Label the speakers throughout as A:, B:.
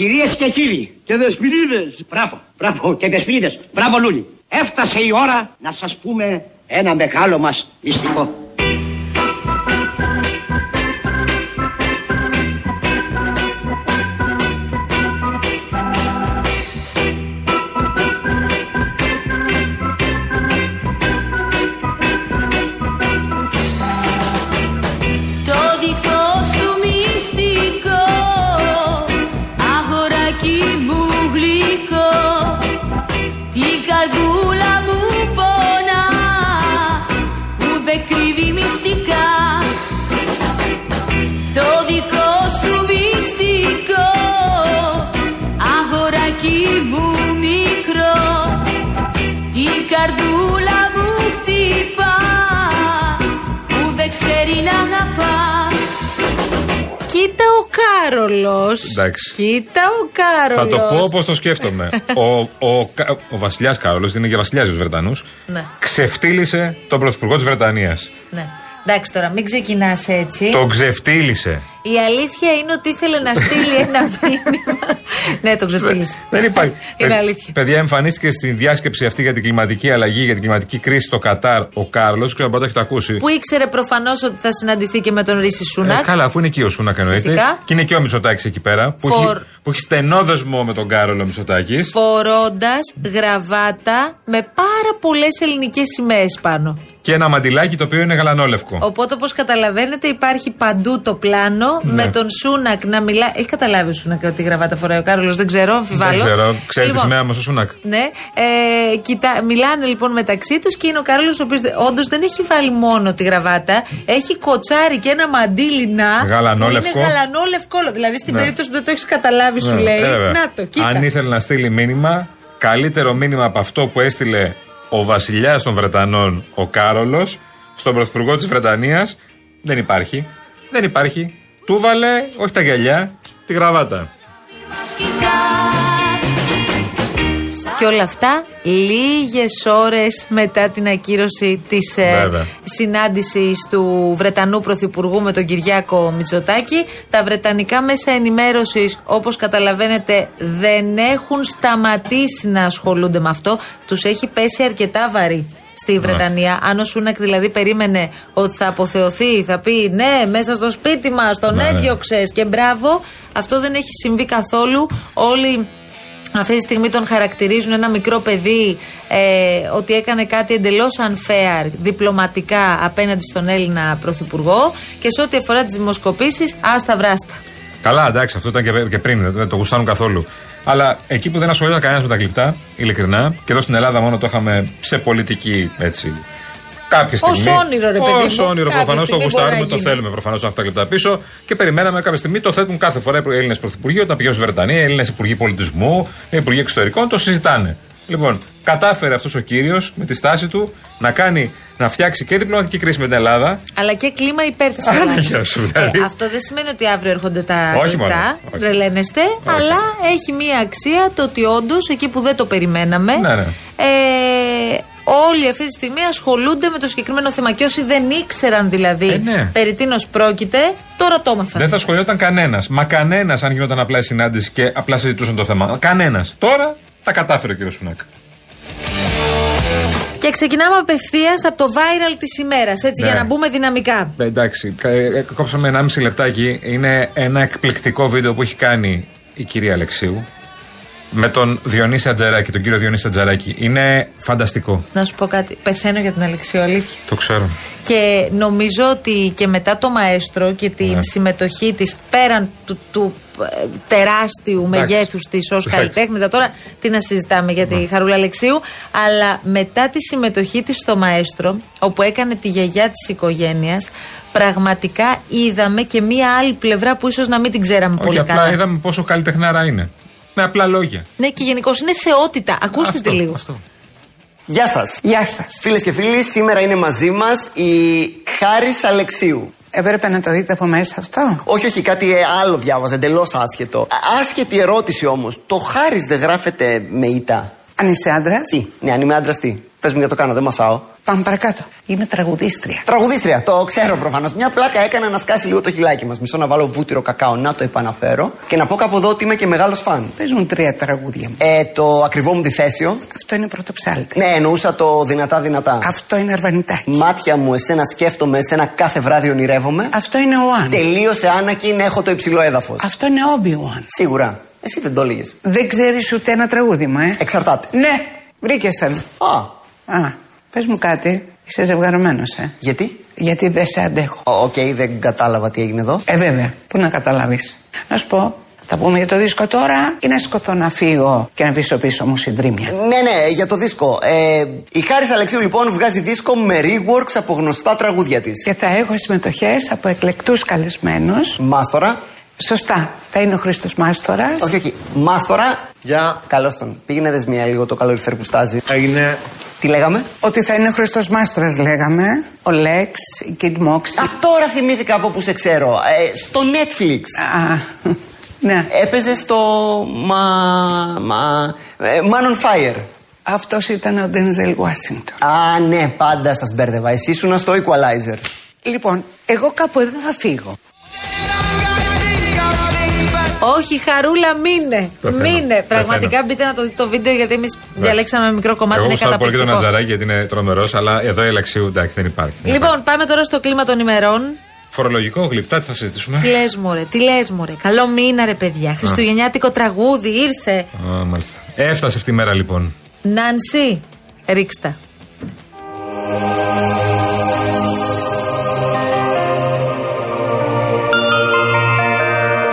A: Κυρίες και κύριοι,
B: Και δεσποινίδες.
A: μπράβο, μπράβο και δεσποινίδες, μπράβο Λούλη. Έφτασε η ώρα να σας πούμε ένα μεγάλο μας μυστικό.
C: Το δικό σου μυστικό Αγοράκι μου γλυκό Τη καρδούλα μου πονά Που δεν κρύβει μυστικά Το δικό σου μυστικό Αγοράκι μου μικρό Τη καρδούλα μου χτυπά Που δεν ξέρει να αγαπά
D: Κοίτα ο Κάρολος.
E: Εντάξει.
D: Κοίτα ο Κάρολος.
E: Θα το πω όπως το σκέφτομαι. ο ο, Κα- ο βασιλιάς Κάρολος, είναι και βασιλιάς τους Βρετανούς,
D: Ναι.
E: ξεφτύλισε τον πρωθυπουργό της Βρετανίας.
D: Ναι. Εντάξει τώρα, μην ξεκινάς έτσι.
E: Τον ξεφτύλισε.
D: Η αλήθεια είναι ότι ήθελε να στείλει ένα μήνυμα. ναι, το ξεφτύλισε.
E: Δεν υπάρχει.
D: είναι
E: Παι-
D: αλήθεια.
E: Παιδιά, εμφανίστηκε στη διάσκεψη αυτή για την κλιματική αλλαγή, για την κλιματική κρίση στο Κατάρ ο Κάρλος. Ξέρω αν το έχετε ακούσει.
D: Που ήξερε προφανώς ότι θα συναντηθεί και με τον Ρίση
E: Ε,
D: Σούνακ.
E: καλά, αφού είναι εκεί ο Σούνακ εννοείται.
D: Φυσικά.
E: Και είναι και ο Μητσοτάκης εκεί πέρα. Που,
D: For-
E: έχει, που έχει στενό δεσμό με τον Κάρολο Μητσοτάκης.
D: Φορώντας γραβάτα με πάρα πολλές ελληνικές σημαίες πάνω.
E: Και ένα μαντιλάκι το οποίο είναι γαλανόλευκο.
D: Οπότε, όπως καταλαβαίνετε, υπάρχει παντού το πλάνο
E: Ναι.
D: με τον Σούνακ να μιλά. Έχει καταλάβει ο Σούνακ ότι γραβάτα φοράει ο Κάρολος, δεν ξέρω, αμφιβάλλω.
E: Δεν ξέρω, ξέρει τη
D: Λοιπόν,
E: σημαία μας ο Σούνακ.
D: Ναι, ε, κοιτά, μιλάνε λοιπόν μεταξύ τους και είναι ο Κάρολος, ο οποίος όντως δεν έχει βάλει μόνο τη γραβάτα, έχει κοτσάρι και ένα μαντίλινα.
E: Γαλανόλευκο.
D: Που είναι γαλανόλευκο όλο. Δηλαδή στην
E: Ναι.
D: περίπτωση που δεν το έχεις καταλάβει, σου
E: Ναι,
D: λέει.
E: ε, βέβαια.
D: Να το, κοίτα.
E: Αν ήθελε να στείλει μήνυμα, καλύτερο μήνυμα από αυτό που έστειλε ο βασιλιάς των Βρετανών, ο Κάρολος, στον πρωθυπουργό της Βρετανίας, δεν υπάρχει. Δεν υπάρχει. Του βάλε, όχι τα γυαλιά, τη γραβάτα.
D: Και όλα αυτά λίγες ώρες μετά την ακύρωση της
E: Βέβαια.
D: συνάντησης του Βρετανού Πρωθυπουργού με τον Κυριάκο Μητσοτάκη. Τα βρετανικά μέσα ενημέρωσης, όπως καταλαβαίνετε, δεν έχουν σταματήσει να ασχολούνται με αυτό. Τους έχει πέσει αρκετά βαρύ
E: Ναι.
D: στη Βρετανία. Αν ο Σούνακ δηλαδή περίμενε ότι θα αποθεωθεί, θα πει ναι, μέσα στο σπίτι μας τον
E: Ναι, ναι.
D: έδιωξες και μπράβο, αυτό δεν έχει συμβεί καθόλου. Όλοι αυτή τη στιγμή τον χαρακτηρίζουν ένα μικρό παιδί ε, ότι έκανε κάτι εντελώς unfair διπλωματικά απέναντι στον Έλληνα Πρωθυπουργό και σε ό,τι αφορά τις δημοσκοπήσεις, άστα βράστα.
E: Καλά, εντάξει, αυτό ήταν και, και πριν, δεν το γουστάνουν καθόλου. Αλλά εκεί που δεν ασχολιόταν κανένας με τα κλειπτά, ειλικρινά, και εδώ στην Ελλάδα μόνο το είχαμε σε πολιτική έτσι. Κάποια
D: Ως
E: στιγμή.
D: όνειρο, ρε παιδί
E: Ω
D: μου.
E: όνειρο,
D: Κάποια
E: προφανώς το
D: στιγμή μπορεί
E: γουστάρουμε,
D: να
E: το
D: γίνει.
E: θέλουμε προφανώς να τα κλειπτά πίσω. Και περιμέναμε κάποια στιγμή, το θέτουν κάθε φορά οι Έλληνες Πρωθυπουργοί, όταν πηγαίνουν στη Βρετανία, οι Έλληνες Υπουργοί Πολιτισμού, οι Υπουργοί Εξωτερικών, το συζητάνε. Λοιπόν, κατάφερε αυτός ο κύριος με τη στάση του να κάνει, να φτιάξει και διπλωματική κρίση με την Ελλάδα,
D: Αλλά και κλίμα υπέρ τη
E: Άρα, ναι, γεια σου, δηλαδή.
D: Αυτό δεν σημαίνει ότι αύριο έρχονται τα
E: Όχι μόνο,
D: λεπτά,
E: όχι.
D: τρελαίνεστε,
E: Όχι.
D: αλλά έχει μία αξία το ότι όντως εκεί που δεν το περιμέναμε.
E: Ναι, ναι.
D: Ε, Όλοι αυτή τη στιγμή ασχολούνται με το συγκεκριμένο θέμα. Και όσοι δεν ήξεραν δηλαδή
E: Ε, ναι.
D: περί τίνος πρόκειται, τώρα το έμαθαν.
E: Δεν θα σχολιόταν κανένας. Μα κανένας αν γινόταν απλά η συνάντηση και απλά συζητούσαν το θέμα. Κανένας. Τώρα τα κατάφερε ο κύριος Σουνάκ.
D: Και ξεκινάμε απευθείας από το viral της ημέρας, έτσι,
E: Ναι.
D: για να μπούμε δυναμικά.
E: Ε, Εντάξει, κα- ε, κόψαμε 1,5 λεπτάκι. Είναι ένα εκπληκτικό βίντεο που έχει κάνει η κυρία Αλεξίου με τον Διονύση Ατζαράκη, τον κύριο Διονύση Ατζαράκη. Είναι φανταστικό.
D: Να σου πω κάτι. Πεθαίνω για την Αλεξίου, αλήθεια.
E: Το ξέρω.
D: Και νομίζω ότι και μετά το μαέστρο και τη
E: Ναι.
D: συμμετοχή της πέραν του, του, ε, τεράστιου
E: Εντάξει.
D: μεγέθους της ως
E: Εντάξει. Ναι.
D: καλλιτέχνητα τώρα τι να συζητάμε για τη Χαρούλα Αλεξίου αλλά μετά τη συμμετοχή της στο μαέστρο όπου έκανε τη γιαγιά της οικογένειας πραγματικά είδαμε και μία άλλη πλευρά που ίσως να μην την ξέραμε
E: Όχι,
D: πολύ
E: απλά
D: καλά.
E: είδαμε πόσο καλυτεχνάρα είναι. Με απλά λόγια.
D: Ναι και γενικώ είναι θεότητα. Ακούστε τη
E: Αυτό,
D: λίγο.
E: αυτό.
F: Γεια σας.
G: Γεια σας.
F: Φίλες και φίλοι, σήμερα είναι μαζί μας η Χάρης Αλεξίου.
G: Έπρεπε να το δείτε από μέσα αυτό.
F: Όχι, όχι, κάτι ε, άλλο διάβαζα, εντελώς άσχετο. Α, άσχετη ερώτηση όμως. Το Χάρης δεν γράφεται με ήττα.
G: Αν είσαι άντρας.
F: Τι, ναι, αν είμαι άντρας τι. Πες μου για το κάνω, δεν μασάω.
G: Πάμε παρακάτω. Είμαι τραγουδίστρια.
F: Τραγουδίστρια, το ξέρω προφανώς. Μια πλάκα έκανα να σκάσει λίγο το χιλάκι μας. Μισό να βάλω βούτυρο κακάο, να το επαναφέρω και να πω κάπου εδώ ότι είμαι και μεγάλος φαν.
G: Πες μου τρία τραγούδια μου.
F: Ε, το ακριβό μου τη θέσιο.
G: Αυτό είναι πρωτοψάλτη.
F: Ναι, εννοούσα το δυνατά δυνατά.
G: Αυτό είναι αρβανιτάκι.
F: Μάτια μου, εσένα σκέφτομαι, εσένα κάθε βράδυ ονειρεύομαι.
G: Αυτό είναι ο Αν.
F: Τελείωσε Άννακιν, έχω το υψηλό έδαφος.
G: Αυτό είναι Όμπιουαν.
F: Σίγουρα. Εσύ δεν το έλεγες.
G: Δεν ξέρεις ούτε ένα τραγούδι μου, ε.
F: Εξαρτάται.
G: Ναι, βρήκε σαν.
F: Α,
G: Α, πες μου κάτι. Είσαι ζευγαρωμένος, ε.
F: γιατί.
G: Γιατί δεν σε αντέχω.
F: Ο- Οκ, δεν κατάλαβα τι έγινε εδώ.
G: Ε, βέβαια. Πού να καταλάβεις. Να σου πω, θα πούμε για το δίσκο τώρα ή να σκοτώ να φύγω και να βρει πίσω μου συντρίμια.
F: Ναι, ναι, για το δίσκο. Ε, η Χάρης Αλεξίου λοιπόν βγάζει δίσκο με reworks από γνωστά τραγούδια της.
G: Και θα έχω συμμετοχές από εκλεκτούς καλεσμένους.
F: Μάστορα.
G: Σωστά. Θα είναι ο Χρήστος Μάστορα.
F: Όχι, όχι. Μάστορα.
B: Γεια.
F: Καλώς τον. Πήγαινε δεσμία λίγο το καλοριφέρ που στάζει.
B: Έγινε.
F: Τι λέγαμε.
G: Ότι θα είναι ο Χρήστος Μάστορας, λέγαμε. Ο Λέξ, η Κιντ Μόξ.
F: Α, τώρα θυμήθηκα από που σε ξέρω. Ε, στο Netflix.
G: Α, ναι.
F: Έπαιζε στο. Μα. Μα. Ε, Man on Fire.
G: Αυτός ήταν ο Ντένιζελ Ουάσιγκτον.
F: Α, ναι, πάντα σας μπέρδευα. Εσύ ήσουν στο Equalizer.
G: Λοιπόν, εγώ κάπου εδώ θα φύγω.
D: Όχι, χαρούλα, μείνε.
E: Πεθαίνω.
D: Μείνε.
E: Πεθαίνω.
D: Πραγματικά μπείτε να το δείτε το βίντεο γιατί εμείς
E: Ναι.
D: διαλέξαμε μικρό κομμάτι.
E: Εγώ
D: είναι
E: γουστάρω πολύ και τον
D: καταπληκτικό.
E: Ατζαράκη γιατί είναι τρομερός, αλλά εδώ η Αλεξίου εντάξει δεν υπάρχει. Δεν υπάρχει.
D: Λοιπόν, πάμε τώρα στο κλίμα των ημερών.
E: Ναι. Φορολογικό, γλυπτά, τι θα συζητήσουμε.
D: Τι λες μου, ρε, τι λες μου, ρε. Καλό μήνα, ρε,
E: Ναι.
D: παιδιά. Χριστουγεννιάτικο τραγούδι ήρθε.
E: Α, μάλιστα. Έφτασε αυτή η μέρα λοιπόν.
D: Νάνση, ρίξτα.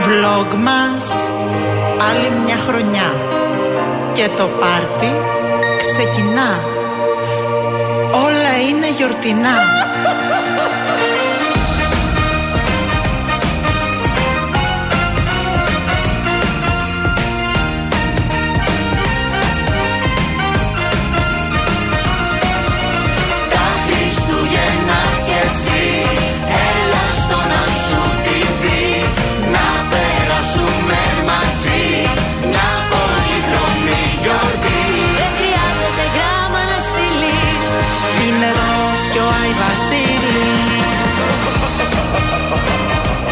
H: vlog μας άλλη μια χρονιά και το πάρτι ξεκινά όλα είναι γιορτινά
I: Τα Χριστούγεννα κι εσύ Έλα στο να σου τη δει Να περάσουμε μαζί Μια πολυχρονή γιορτή
C: Δεν χρειάζεται γράμμα να στείλεις
H: είναι εδώ κι ο Άι Βασίλης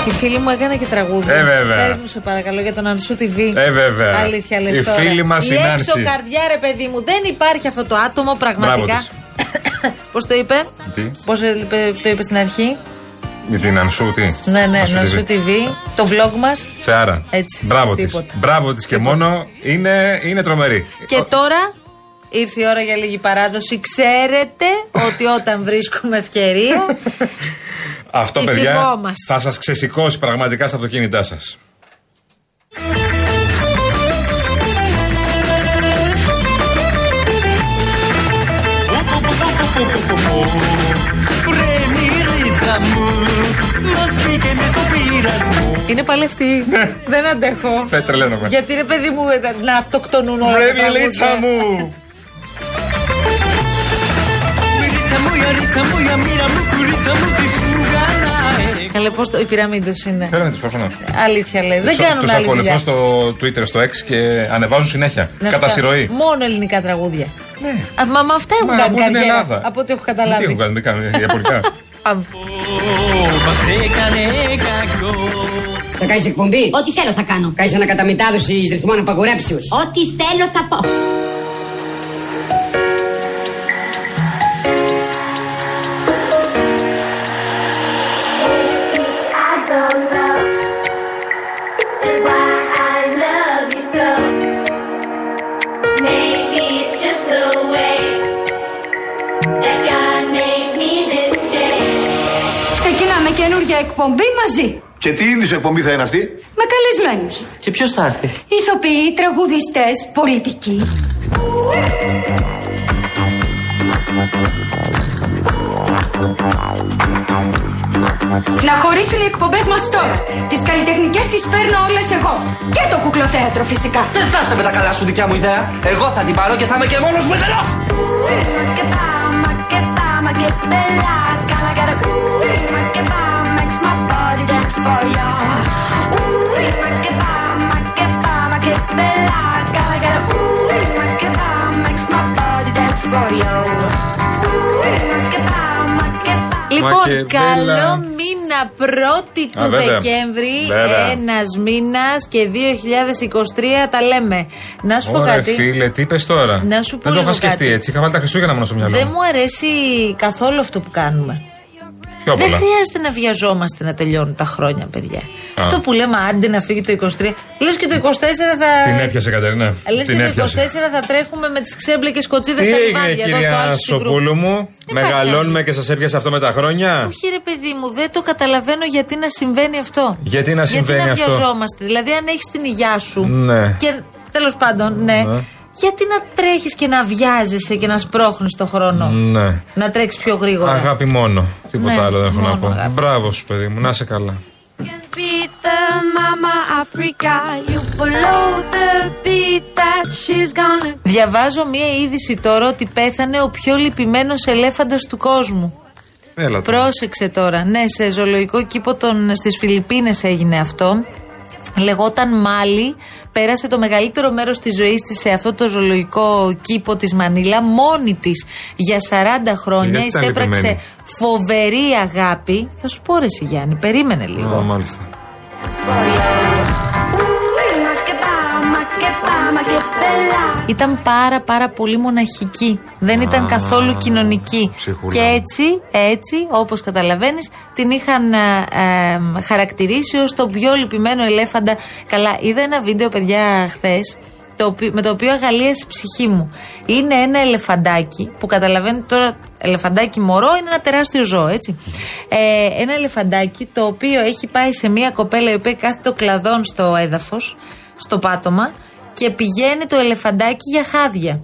D: Η φίλη μου έκανε και τραγούδι.
E: Ε, βέβαια.
D: Πες μου σε παρακαλώ για τον Ανσού TV.
E: Ε, βέβαια.
D: Αλήθεια, λες
E: Η
D: τώρα.
E: φίλη μας
D: Η
E: η Νάνση.
D: έξω καρδιά, ρε παιδί μου. Δεν υπάρχει αυτό το άτομο πραγματικά. Πώς το είπε,
E: Τι?
D: Πώς το είπε στην αρχή.
E: Με την Ανσού, τι.
D: Ναι, ναι,
E: Ανσού
D: Ανσού
E: TV.
D: TV. Το vlog μας.
E: Θεάρα.
D: Έτσι.
E: Μπράβο της.
D: Τίποτα.
E: Μπράβο της και μόνο. Είναι, είναι τρομερή.
D: Και τώρα ήρθε η ώρα για λίγη παράδοση. Ξέρετε ότι όταν βρίσκουμε ευκαιρία.
E: Αυτό,
D: τη
E: παιδιά,
D: θυμόμαστε.
E: θα σας ξεσηκώσει πραγματικά στα αυτοκίνητά σας.
H: Ρε μυρίτσα μου μας μπήκε μες ο πειρασμό
D: Είναι πάλι αυτή.
E: Ναι.
D: Δεν αντέχω.
E: Θε, τρελαίνομαι.
D: Γιατί ρε παιδί μου ε, να αυτοκτονούν όλα
E: Ρε
D: τα τραγούδια.
E: μιλίτσα μου!
H: μυρίτσα μου για ρίτσα μου για μοίρα μου κουρίτσα μου τη σούγαρα ε.
D: Καλέ, πώς το. Η πυραμίδος είναι.
E: Φέραμε του προφανώς.
D: Αλήθεια λες. Δεν κάνουμε
E: Τους
D: άλλη
E: ακολουθώ
D: δουλειά.
E: στο Twitter, στο X και ανεβάζουν συνέχεια.
D: Να σου
E: Κατά
D: πω,
E: συρροή.
D: Μόνο ελληνικά τραγούδια.
E: Ναι.
D: Α, μα, μα αυτά έχουν
E: Μα,
D: κάνει
E: από την
D: καριέρα.
E: Ελλάδα.
D: Από ό,τι έχω
E: Τι έχουν
D: καταλάβει.
E: κάνει, δεν κάνουν διαπολικά.
D: Α,
H: Ω, Μας έκανε κακό
J: Θα κάνεις εκπομπή.
I: Ό,τι θέλω θα κάνω
J: Κάνεις ανακαταμετάδοση εις ρυθμών απαγορέψεως.
I: Ό,τι θέλω θα πω
J: Ξεκινάμε καινούργια εκπομπή μαζί.
B: Και τι είδους εκπομπή θα είναι αυτή.
J: Με καλεσμένους.
H: Και ποιος θα έρθει
J: Ηθοποιοί, τραγουδιστές, πολιτικοί. Να χωρίσουν οι εκπομπές μας τώρα. Τις καλλιτεχνικές τις παίρνω όλες εγώ. Και το κουκλοθέατρο φυσικά.
H: Δεν θα είσαι με τα καλά σου δικιά μου ιδέα. Εγώ θα την πάρω και θα είμαι και μόνος μου εντελώς.
J: Και πάμε, και πάμε, και μπελά. Καλά, καλά, ουί, μα και πάμε, makes my body dance for you. Ουί, μα και πάμε, και πάμε, και μπελά. Καλά, καλά, ουί, μα και πάμε, makes my body dance for you. Ουί, μα
D: Λοιπόν,
E: και
D: καλό
E: μπέλα.
D: μήνα 1η
E: Α,
D: του
E: βέβαια.
D: Δεκέμβρη.
E: Βέβαια.
D: Ένας μήνας και 2023 τα λέμε. Να σου πω
E: Ωραία,
D: κάτι.
E: φίλε, τι είπες τώρα.
D: Να σου πω
E: Δεν το
D: λίγο
E: είχα σκεφτεί
D: κάτι.
E: έτσι. Είχα βάλει τα Χριστούγεννα μόνο στο μυαλό.
D: Δεν
E: μου.
D: μου αρέσει καθόλου αυτό που κάνουμε.
E: Πιο
D: Δεν
E: πολλά.
D: χρειάζεται να βιαζόμαστε να τελειώνουν τα χρόνια, παιδιά. Αυτό που λέμε, άντε να φύγει το 23. Λες και το 24 θα.
E: Την έπιασε, Κατερίνα.
D: Λες και
E: Την
D: το 24
E: έπιασε.
D: θα τρέχουμε με τις ξέμπλεκες κοτσίδες
E: Τι
D: στα
E: έγινε,
D: λιβάδια εδώ στο
E: κυρία
D: άλσι συγκρού.
E: Σοπούλου μου,
D: Δεν
E: μεγαλώνουμε και σας έπιασε αυτό με τα χρόνια.
D: Όχι ρε παιδί μου, δεν το καταλαβαίνω γιατί να συμβαίνει αυτό.
E: Γιατί να συμβαίνει
D: Γιατί να
E: αυτό?
D: βιαζόμαστε. Δηλαδή, αν έχεις την υγειά σου.
E: Ναι.
D: Και τέλος πάντων, ναι.
E: Ναι.
D: Γιατί να τρέχεις και να βιάζεσαι και να σπρώχνεις το χρόνο.
E: Ναι.
D: Να τρέξεις πιο γρήγορα.
E: Αγάπη μόνο. Τίποτα
D: Ναι,
E: άλλο δεν έχω να
D: μόνο
E: πω.
D: αγάπη.
E: Μπράβο σου, παιδί μου, να είσαι καλά.
J: Beat the mama Africa, you below the beat that she's gonna
D: Διαβάζω μία είδηση τώρα ότι πέθανε ο πιο λυπημένος ελέφαντα του κόσμου.
E: Έλα τώρα.
D: Πρόσεξε τώρα. Ναι, σε ζωολογικό κήπο των, στις Φιλιππίνες έγινε αυτό. Λεγόταν Μάλι. Πέρασε το μεγαλύτερο μέρος της ζωής της σε αυτό το ζωολογικό κήπο της Μανίλα μόνη της για 40 χρόνια.
E: Γιατί ήταν
D: Εισέπραξε
E: λυπημένη?
D: φοβερή αγάπη. Θα σου πω ρε εσύ, Γιάννη, περίμενε λίγο.
E: Α, μάλιστα.
D: Ήταν πάρα πάρα πολύ μοναχική. Δεν ήταν καθόλου κοινωνική.
E: ψυχούλα.
D: Και έτσι, έτσι, όπως καταλαβαίνεις, την είχαν α, εμ, χαρακτηρίσει ως τον πιο λυπημένο ελέφαντα. Καλά, είδα ένα βίντεο, παιδιά, χθες, το οποί- με το οποίο αγαλίασε η ψυχή μου. Είναι ένα ελεφαντάκι που καταλαβαίνετε τώρα, ελεφαντάκι μωρό είναι ένα τεράστιο ζώο, έτσι. Ε, ένα ελεφαντάκι το οποίο έχει πάει σε μια κοπέλα η οποία κάθεται κλαδόν στο έδαφος, στο πάτωμα και πηγαίνει το ελεφαντάκι για χάδια.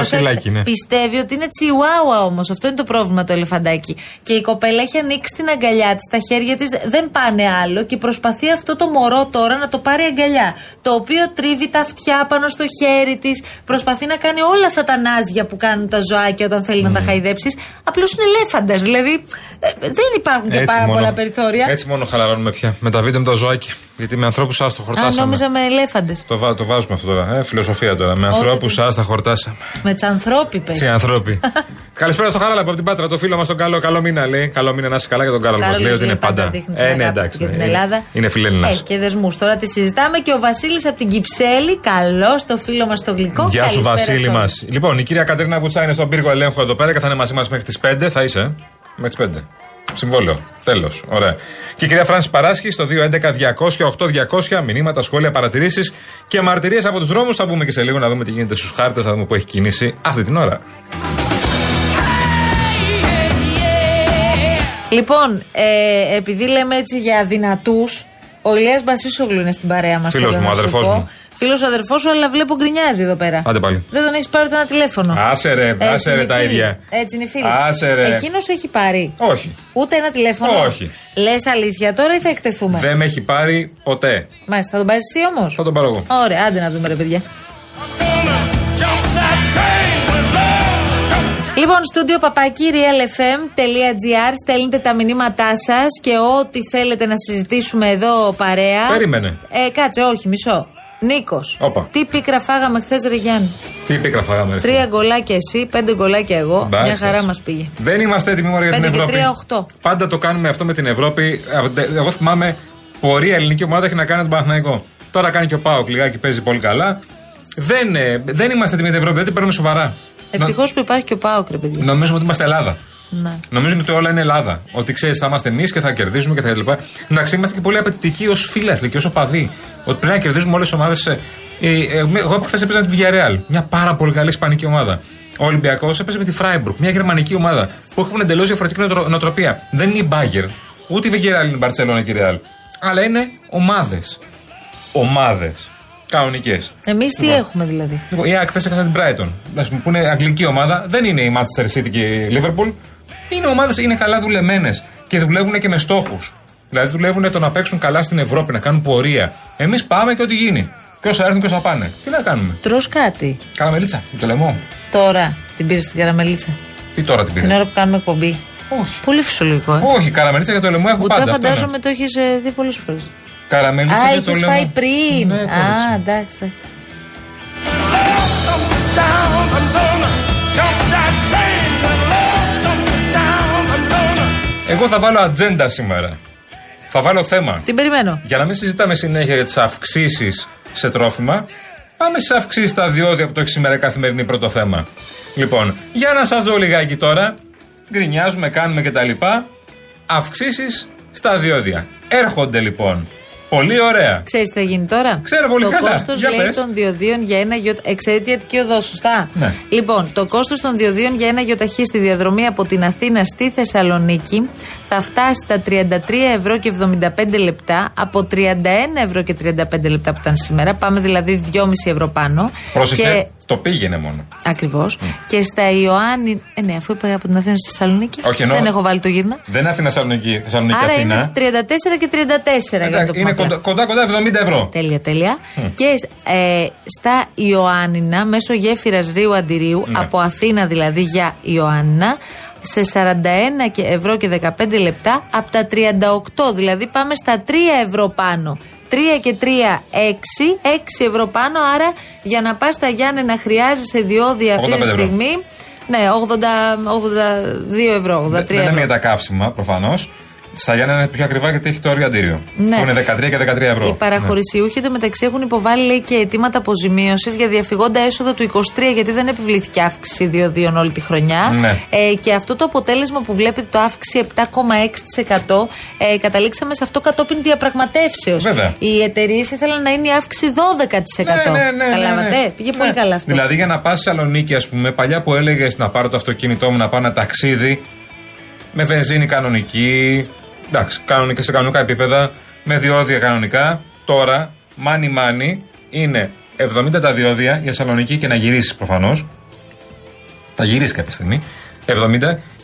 E: σιλάκι, ναι.
D: Πιστεύει ότι είναι τσιουάουα όμως. Αυτό είναι το πρόβλημα το ελεφαντάκι. Και η κοπέλα έχει ανοίξει την αγκαλιά της, τα χέρια της δεν πάνε άλλο και προσπαθεί αυτό το μωρό τώρα να το πάρει αγκαλιά. Το οποίο τρίβει τα αυτιά πάνω στο χέρι της, προσπαθεί να κάνει όλα αυτά τα νάζια που κάνουν τα ζωάκια όταν θέλει να τα χαϊδέψεις. Απλώς είναι ελέφαντας. Δηλαδή ε, δεν υπάρχουν και πάρα πολλά περιθώρια.
E: έτσι μόνο χαλαρώνουμε πια. Με τα βίντεο με τα ζωάκια. Γιατί με ανθρώπους α το
D: Αν
E: χορτάσαμε.
D: νόμιζα με ελέφαντες.
E: Το, βά- το βάζουμε αυτό τώρα. Ε, φιλοσοφία τώρα. Με
D: Όχι,
E: ανθρώπους
D: δεν-
E: α τα χορτάσαμε.
D: Με τις ανθρώπιπε.
E: Τι ανθρώποι. Καλησπέρα στο Χαράλαμπο από την Πάτρα. Το φίλο μας τον καλό. Καλό μήνα λέει. Καλό μήνα να είσαι καλά για τον καλό
D: Καλό
E: μας. Λέει ότι
D: λέει,
E: είναι πάντα.
D: δείχνει την
E: Ε, ναι,
D: αγάπη του
E: εντάξει.
D: για την
E: ναι.
D: Ελλάδα.
E: Είναι φιλέλληνας.
D: Ε, και δεσμούς. Τώρα τη συζητάμε και ο Βασίλης από την Κυψέλη. Καλό στο φίλο μας το γλυκό.
E: Γεια σου,
D: Καλησπέρα
E: Βασίλη
D: σε
E: μα.
D: όλους.
E: Λοιπόν, η κυρία Κατρίνα Βουτσά είναι στον πύργο ελέγχου εδώ πέρα και θα είναι μαζί μας μέχρι τις 5. Θα είσαι. ε? Μέχρι τις 5. Συμβόλαιο. Τέλος. Ωραία. Και η κυρία Φράνσης Παράσχη στο 211-200-8200. Μηνύματα, σχόλια, παρατηρήσεις και μαρτυρίες από τους δρόμους. Θα μπούμε και σε λίγο να δούμε τι γίνεται στους χάρτες, να δούμε που έχει κινήσει αυτή την ώρα.
D: Λοιπόν, ε, επειδή λέμε έτσι για δυνατούς, ο Ηλίας Μπασίσογλου είναι στην παρέα μας.
E: Φίλος μου, αδερφός μου.
D: Φίλος ο αδερφός σου, αλλά βλέπω γκρινιάζει εδώ πέρα.
E: Άντε πάλι.
D: Δεν τον έχεις πάρει το ένα τηλέφωνο.
E: Άσε ρε,
D: Έτσι
E: άσε
D: είναι
E: ρε
D: οι
E: τα
D: φίλοι.
E: ίδια.
D: Έτσι είναι οι φίλοι.
E: Άσε ρε.
D: Εκείνος έχει πάρει.
E: Όχι.
D: Ούτε ένα τηλέφωνο.
E: Όχι.
D: Λες αλήθεια τώρα ή θα εκτεθούμε.
E: Δεν με έχει πάρει ποτέ.
D: Μάλιστα, θα τον πάρεις εσύ όμως.
E: Θα τον πάρω εγώ.
D: Ωραία, άντε να δούμε ρε παιδιά. Λοιπόν, στούντιο παπάκι realfm.gr στέλνετε τα μηνύματά σας και ό,τι θέλετε να συζητήσουμε εδώ παρέα.
E: Περίμενε.
D: Ε, κάτσε, όχι, μισό. Νίκος.
E: Όπα.
D: Τι πίκρα φάγαμε χθες, Ρε Γιάννη.
E: Τι πίκρα φάγαμε. ρε
D: Τρία
E: φίλε.
D: γκολάκια εσύ, πέντε γκολάκια εγώ.
E: Εντάξει,
D: Μια χαρά
E: εντάξει.
D: μας πήγε.
E: Δεν είμαστε έτοιμοι μόνο για την
D: Πέντε και
E: Ευρώπη.
D: τρία, οχτώ.
E: Πάντα το κάνουμε αυτό με την Ευρώπη. Εγώ θυμάμαι πορεία ελληνική ομάδα έχει να κάνει με τον Παναθηναϊκό. Τώρα κάνει και ο Πάοκ λιγάκι, παίζει πολύ καλά. Δεν, ε, δεν είμαστε έτοιμοι για την Ευρώπη, δεν την παίρνουμε σοβαρά.
D: Ευτυχώς που υπάρχει και ο Πάοκ, ρε παιδιά.
E: Νο- νομίζουμε ότι είμαστε Ελλάδα.
D: Ναι.
E: Νομίζουμε ότι όλα είναι Ελλάδα. Ότι ξέρεις, θα είμαστε εμείς και θα κερδίζουμε και θα λοιπά. Εντάξει, είμαστε και πολύ απαιτητικοί ως φίλαθλοι και ως οπαδοί. Ότι πρέπει να κερδίζουμε όλες τις ομάδες. ε, Εγώ από χθες έπαιζα με τη Villarreal, μια πάρα πολύ καλή ισπανική ομάδα. Ο Ολυμπιακός έπαιζε με τη Freiburg, μια γερμανική ομάδα που έχουν εντελώς διαφορετική νοτρο- νοοτροπία. Δεν είναι η Μπάγκερ, ούτε η Villarreal είναι η Μπαρσελόνα και η Real. Αλλά είναι ομάδες. Ομάδες. Κανονικές.
D: Εμείς τι έχουμε δηλαδή.
E: Λοιπόν, η ΑΕΚ χθες έχασε την Brighton. Εντάξει, που είναι αγγλική ομάδα, δεν είναι η Manchester City και η Liverpool. Είναι ομάδες είναι καλά δουλεμένες και δουλεύουν και με στόχους. Δηλαδή δουλεύουν το να παίξουν καλά στην Ευρώπη, να κάνουν πορεία. Εμείς πάμε και ό,τι γίνει. Και όσα έρθουν και όσα πάνε. Τι να κάνουμε.
D: Τρώ κάτι.
E: Καραμελίτσα, με το λαιμό.
D: Τώρα την πήρες την καραμελίτσα.
E: Τι τώρα την
D: Την
E: πήρε.
D: ώρα που κάνουμε εκπομπή.
E: Όχι.
D: Πολύ φυσιολογικό, ε.
E: Όχι, καραμελίτσα για το λαιμό έχω
D: Κουτσά
E: πάντα. αυτό είναι.
D: φαντάζομαι το έχεις δει πολλές φορές.
E: Καραμελίτσα
D: Α,
E: για το
D: έχεις
E: λαιμό.
D: φάει πριν.
E: Ναι,
D: Α,
E: κορίτσι.
D: εντάξει. εντάξει.
E: Εγώ θα βάλω ατζέντα σήμερα. Θα βάλω θέμα.
D: Την περιμένω.
E: Για να μην συζητάμε συνέχεια για τις αυξήσεις σε τρόφιμα, πάμε στι αυξήσεις στα διόδια που το έχει σήμερα η καθημερινή πρώτο θέμα. Λοιπόν, για να σας δω λιγάκι τώρα. Γκρινιάζουμε, κάνουμε κτλ. Αυξήσεις στα διόδια. Έρχονται λοιπόν. Πολύ ωραία.
D: Ξέρεις τι θα γίνει τώρα.
E: Ξέρω πολύ
D: το
E: καλά.
D: κόστος
E: Για
D: λέει
E: πες.
D: των διοδίων για ένα γιο. Εξαιρετική Αττική οδό, σωστά.
E: Ναι.
D: Λοιπόν, το κόστος των διοδίων για ένα γιοταχή στη διαδρομή από την Αθήνα στη Θεσσαλονίκη θα φτάσει στα 33 ευρώ και 75 λεπτά από 31 ευρώ και 35 λεπτά που ήταν σήμερα. Πάμε δηλαδή 2,5 ευρώ πάνω.
E: Πρόσεχε,
D: Και...
E: το πήγαινε μόνο.
D: Ακριβώς. Και στα Ιωάννη. Ε, ναι, αφού είπα από την Αθήνα στη Θεσσαλονίκη.
E: Όχι, εννοώ-
D: Δεν έχω βάλει το γύρνα.
E: Δεν Αθήνα Θεσσαλονίκη, Θεσσαλονίκη
D: Άρα
E: Αθήνα.
D: είναι 34 και 34 για να το
E: Εντάξει,
D: πούμε
E: είναι
D: απλά.
E: κοντά, κοντά, κοντά 70 ευρώ.
D: Τέλεια, τέλεια. Και ε, στα Ιωάννινα, μέσω γέφυρας Ρίου Αντιρίου,
E: Ναι.
D: από Αθήνα δηλαδή για Ιωάννα, σε 41 και ευρώ και 15 λεπτά από τα 38. Δηλαδή πάμε στα 3 ευρώ πάνω. 3 και 3, 6, 6 ευρώ πάνω. Άρα για να πας στα Γιάννενα χρειάζεσαι διόδια αυτή
E: 85
D: τη
E: ευρώ.
D: στιγμή. Ναι, 80, 82 ευρώ, 83
E: Δεν
D: ευρώ.
E: λέμε για τα καύσιμα προφανώς. Στα Γιάννενα είναι πιο ακριβά γιατί έχει το οριαντήριο.
D: Ναι.
E: Που είναι 13 και 13 ευρώ.
D: Οι παραχωρησιούχοι εντωμεταξύ έχουν υποβάλει λέει, και αιτήματα αποζημίωσης για διαφυγόντα έσοδο του 23, γιατί δεν επιβλήθηκε αύξηση διοδίων όλη τη χρονιά.
E: Ναι.
D: Ε, και αυτό το αποτέλεσμα που βλέπετε, το αύξηση 7,6%, ε, καταλήξαμε σε αυτό κατόπιν διαπραγματεύσεως.
E: Βέβαια.
D: Οι εταιρείες ήθελαν να είναι η αύξηση 12%. Καταλάβατε. Πήγε πολύ
E: Ναι.
D: καλά αυτό.
E: Δηλαδή για να πας στη Θεσσαλονίκη, ας πούμε, παλιά που έλεγες να πάρω το αυτοκίνητό μου να πάω ένα ταξίδι με βενζίνη κανονική, εντάξει, κανονικά σε κανονικά επίπεδα, με διόδια κανονικά. Τώρα, μάνι μάνι, είναι 70 τα διόδια για Θεσσαλονίκη και να γυρίσεις προφανώς. Θα γυρίσεις κάποια στιγμή. 70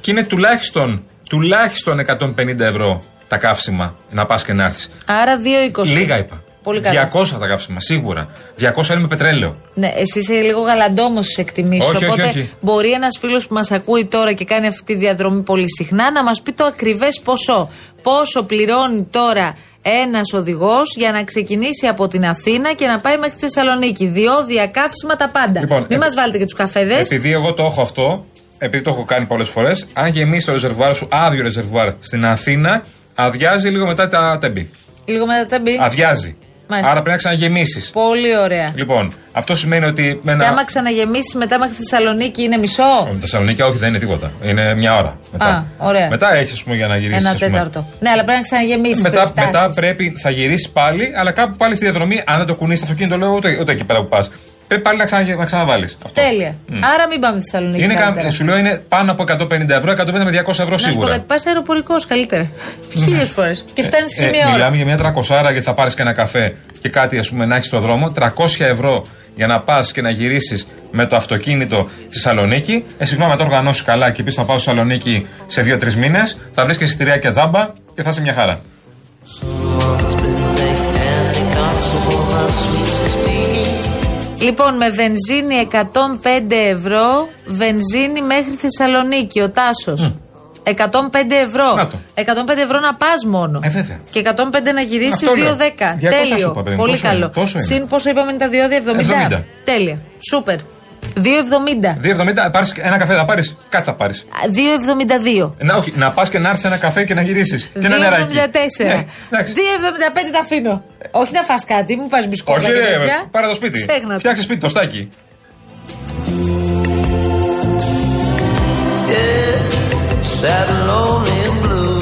E: και είναι τουλάχιστον, τουλάχιστον 150 ευρώ τα καύσιμα να πας και να έρθεις.
D: Άρα 2,20.
E: Λίγα είπα.
D: Πολύ καλά.
E: 200 τα καύσιμα, σίγουρα. 200 είναι με πετρέλαιο.
D: Ναι, εσύ είσαι λίγο γαλαντόμος στι εκτιμήσει.
E: Όχι, όχι,
D: Οπότε
E: όχι.
D: μπορεί ένας φίλος που μας ακούει τώρα και κάνει αυτή τη διαδρομή πολύ συχνά να μας πει το ακριβές ποσό. Πόσο πληρώνει τώρα ένας οδηγός για να ξεκινήσει από την Αθήνα και να πάει μέχρι τη Θεσσαλονίκη. Διόδια, καύσιμα, τα πάντα.
E: Λοιπόν,
D: Μην
E: επι-
D: μας βάλετε και τους καφέδες.
E: Επειδή εγώ το έχω αυτό, επειδή το έχω κάνει πολλές φορές, αν γεμίσει το ρεζερβουάρ σου, άδειο ρεζερβουάρ στην Αθήνα, αδειάζει λίγο μετά τα τέμπη.
D: Λίγο μετά τα μπει.
E: Αδειάζει.
D: Ε? Μάλιστα.
E: Άρα πρέπει να ξαναγεμίσεις.
D: Πολύ ωραία.
E: Λοιπόν, αυτό σημαίνει ότι με
D: Και
E: ένα.
D: άμα ξαναγεμίσεις μετά μέχρι τη Θεσσαλονίκη είναι μισό.
E: Με Θεσσαλονίκη, όχι, δεν είναι τίποτα. Είναι μια ώρα. Μετά,
D: Α, ωραία.
E: μετά έχεις για να γυρίσεις.
D: Ένα τέταρτο. Ναι, αλλά πρέπει να ξαναγεμίσεις.
E: Μετά, μετά πρέπει, θα γυρίσεις πάλι, αλλά κάπου πάλι στη διαδρομή, αν δεν το κουνήσει το αυτοκίνητο, λέω ούτε, ούτε εκεί πέρα που πας. Πρέπει πάλι να, ξανα, να ξαναβάλεις.
D: Τέλεια. Άρα μην πάμε στη Θεσσαλονίκη.
E: Είναι, κα-
D: καλύτερα.
E: σου λέω είναι πάνω από 150 ευρώ, 150 με 200 ευρώ
D: Να σου πω
E: σίγουρα. Ναι.
D: κάτι, πας αεροπορικός καλύτερα. Χίλιες φορές. Και φτάνεις σε μία ώρα.
E: Ε, μιλάμε για μια τρακοσάρα γιατί θα πάρεις και ένα καφέ και κάτι ας πούμε να έχεις στο δρόμο. 300 ευρώ για να πας και να γυρίσεις με το αυτοκίνητο στη Θεσσαλονίκη. Ε, συγγνώμη, αν το οργανώσεις καλά και πεις θα πάω στη Θεσσαλονίκη σε 2-3 μήνες, θα βρεις και εισιτηριακά τζάμπα και θα είσαι μια χαρά.
D: Λοιπόν, με βενζίνη 105 ευρώ, βενζίνη μέχρι Θεσσαλονίκη, ο Τάσος. 105 ευρώ.
E: Να το.
D: 105 ευρώ να πας μόνο.
E: Ε, βέβαια.
D: Και 105 να γυρίσεις
E: Αυτό
D: 210.
E: λέω. 200 σου
D: Τέλειο.
E: είπα, παιδί μου.
D: Πολύ
E: Πόσο
D: καλό.
E: είναι, πόσο είναι.
D: Συν πόσο είπαμε είναι τα διόδια 70.
E: 70.
D: Τέλεια. Σούπερ. 2,70.
E: 2,70 πάρεις ένα καφέ, θα πάρεις. Κάτι θα πάρεις.
D: 2,72.
E: Να, όχι, να πας και να έρθεις ένα καφέ και να γυρίσεις. Και
D: 2,74. 2,75
E: ένα νεράκι. Ναι, εντάξει.
D: τα αφήνω. Όχι να φας κάτι, μου πας μπισκότα
E: Όχι,
D: και
E: ρε,
D: τέτοια.
E: πάρε το σπίτι.
D: Ξέχνα το.
E: Φτιάξε σπίτι, το στάκι.
H: Sad and lonely and blue.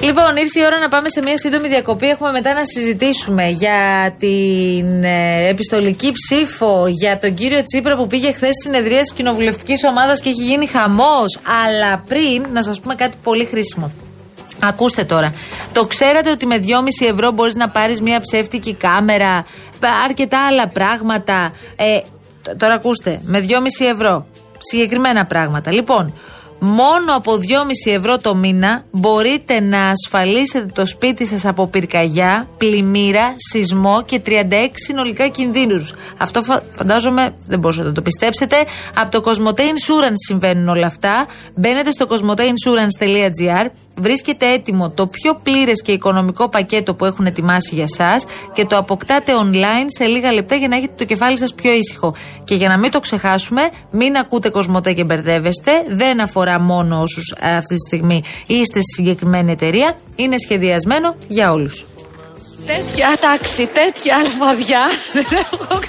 D: Λοιπόν, ήρθε η ώρα να πάμε σε μια σύντομη διακοπή. Έχουμε μετά να συζητήσουμε για την ε, επιστολική ψήφο, για τον κύριο Τσίπρα που πήγε χθες στη συνεδρία της κοινοβουλευτικής ομάδας και έχει γίνει χαμός. Αλλά πριν, να σας πούμε κάτι πολύ χρήσιμο. Ακούστε τώρα. Το ξέρατε ότι με 2,5 ευρώ μπορείς να πάρεις μια ψεύτικη κάμερα, πα- αρκετά άλλα πράγματα. Ε, τ- τώρα ακούστε, με 2,5 ευρώ. Συγκεκριμένα πράγματα. Λοιπόν, μόνο από 2,5 ευρώ το μήνα μπορείτε να ασφαλίσετε το σπίτι σας από πυρκαγιά, πλημμύρα, σεισμό και 36 συνολικά κινδύνους. Αυτό φα- φαντάζομαι δεν μπορούσατε να το πιστέψετε. Από το Κοσμοτέ Insurance συμβαίνουν όλα αυτά. Μπαίνετε στο κοσμοτeinsurance.gr βρίσκεται έτοιμο το πιο πλήρες και οικονομικό πακέτο που έχουν ετοιμάσει για εσά και το αποκτάτε online σε λίγα λεπτά για να έχετε το κεφάλι σας πιο ήσυχο. Και για να μην το ξεχάσουμε, μην ακούτε κοσμοτέ και μπερδεύεστε. Δεν αφορά μόνο όσους αυτή τη στιγμή είστε στη συγκεκριμένη εταιρεία. Είναι σχεδιασμένο για όλους.
K: Τέτοια τάξη, τέτοια αλφαδιά δεν έχω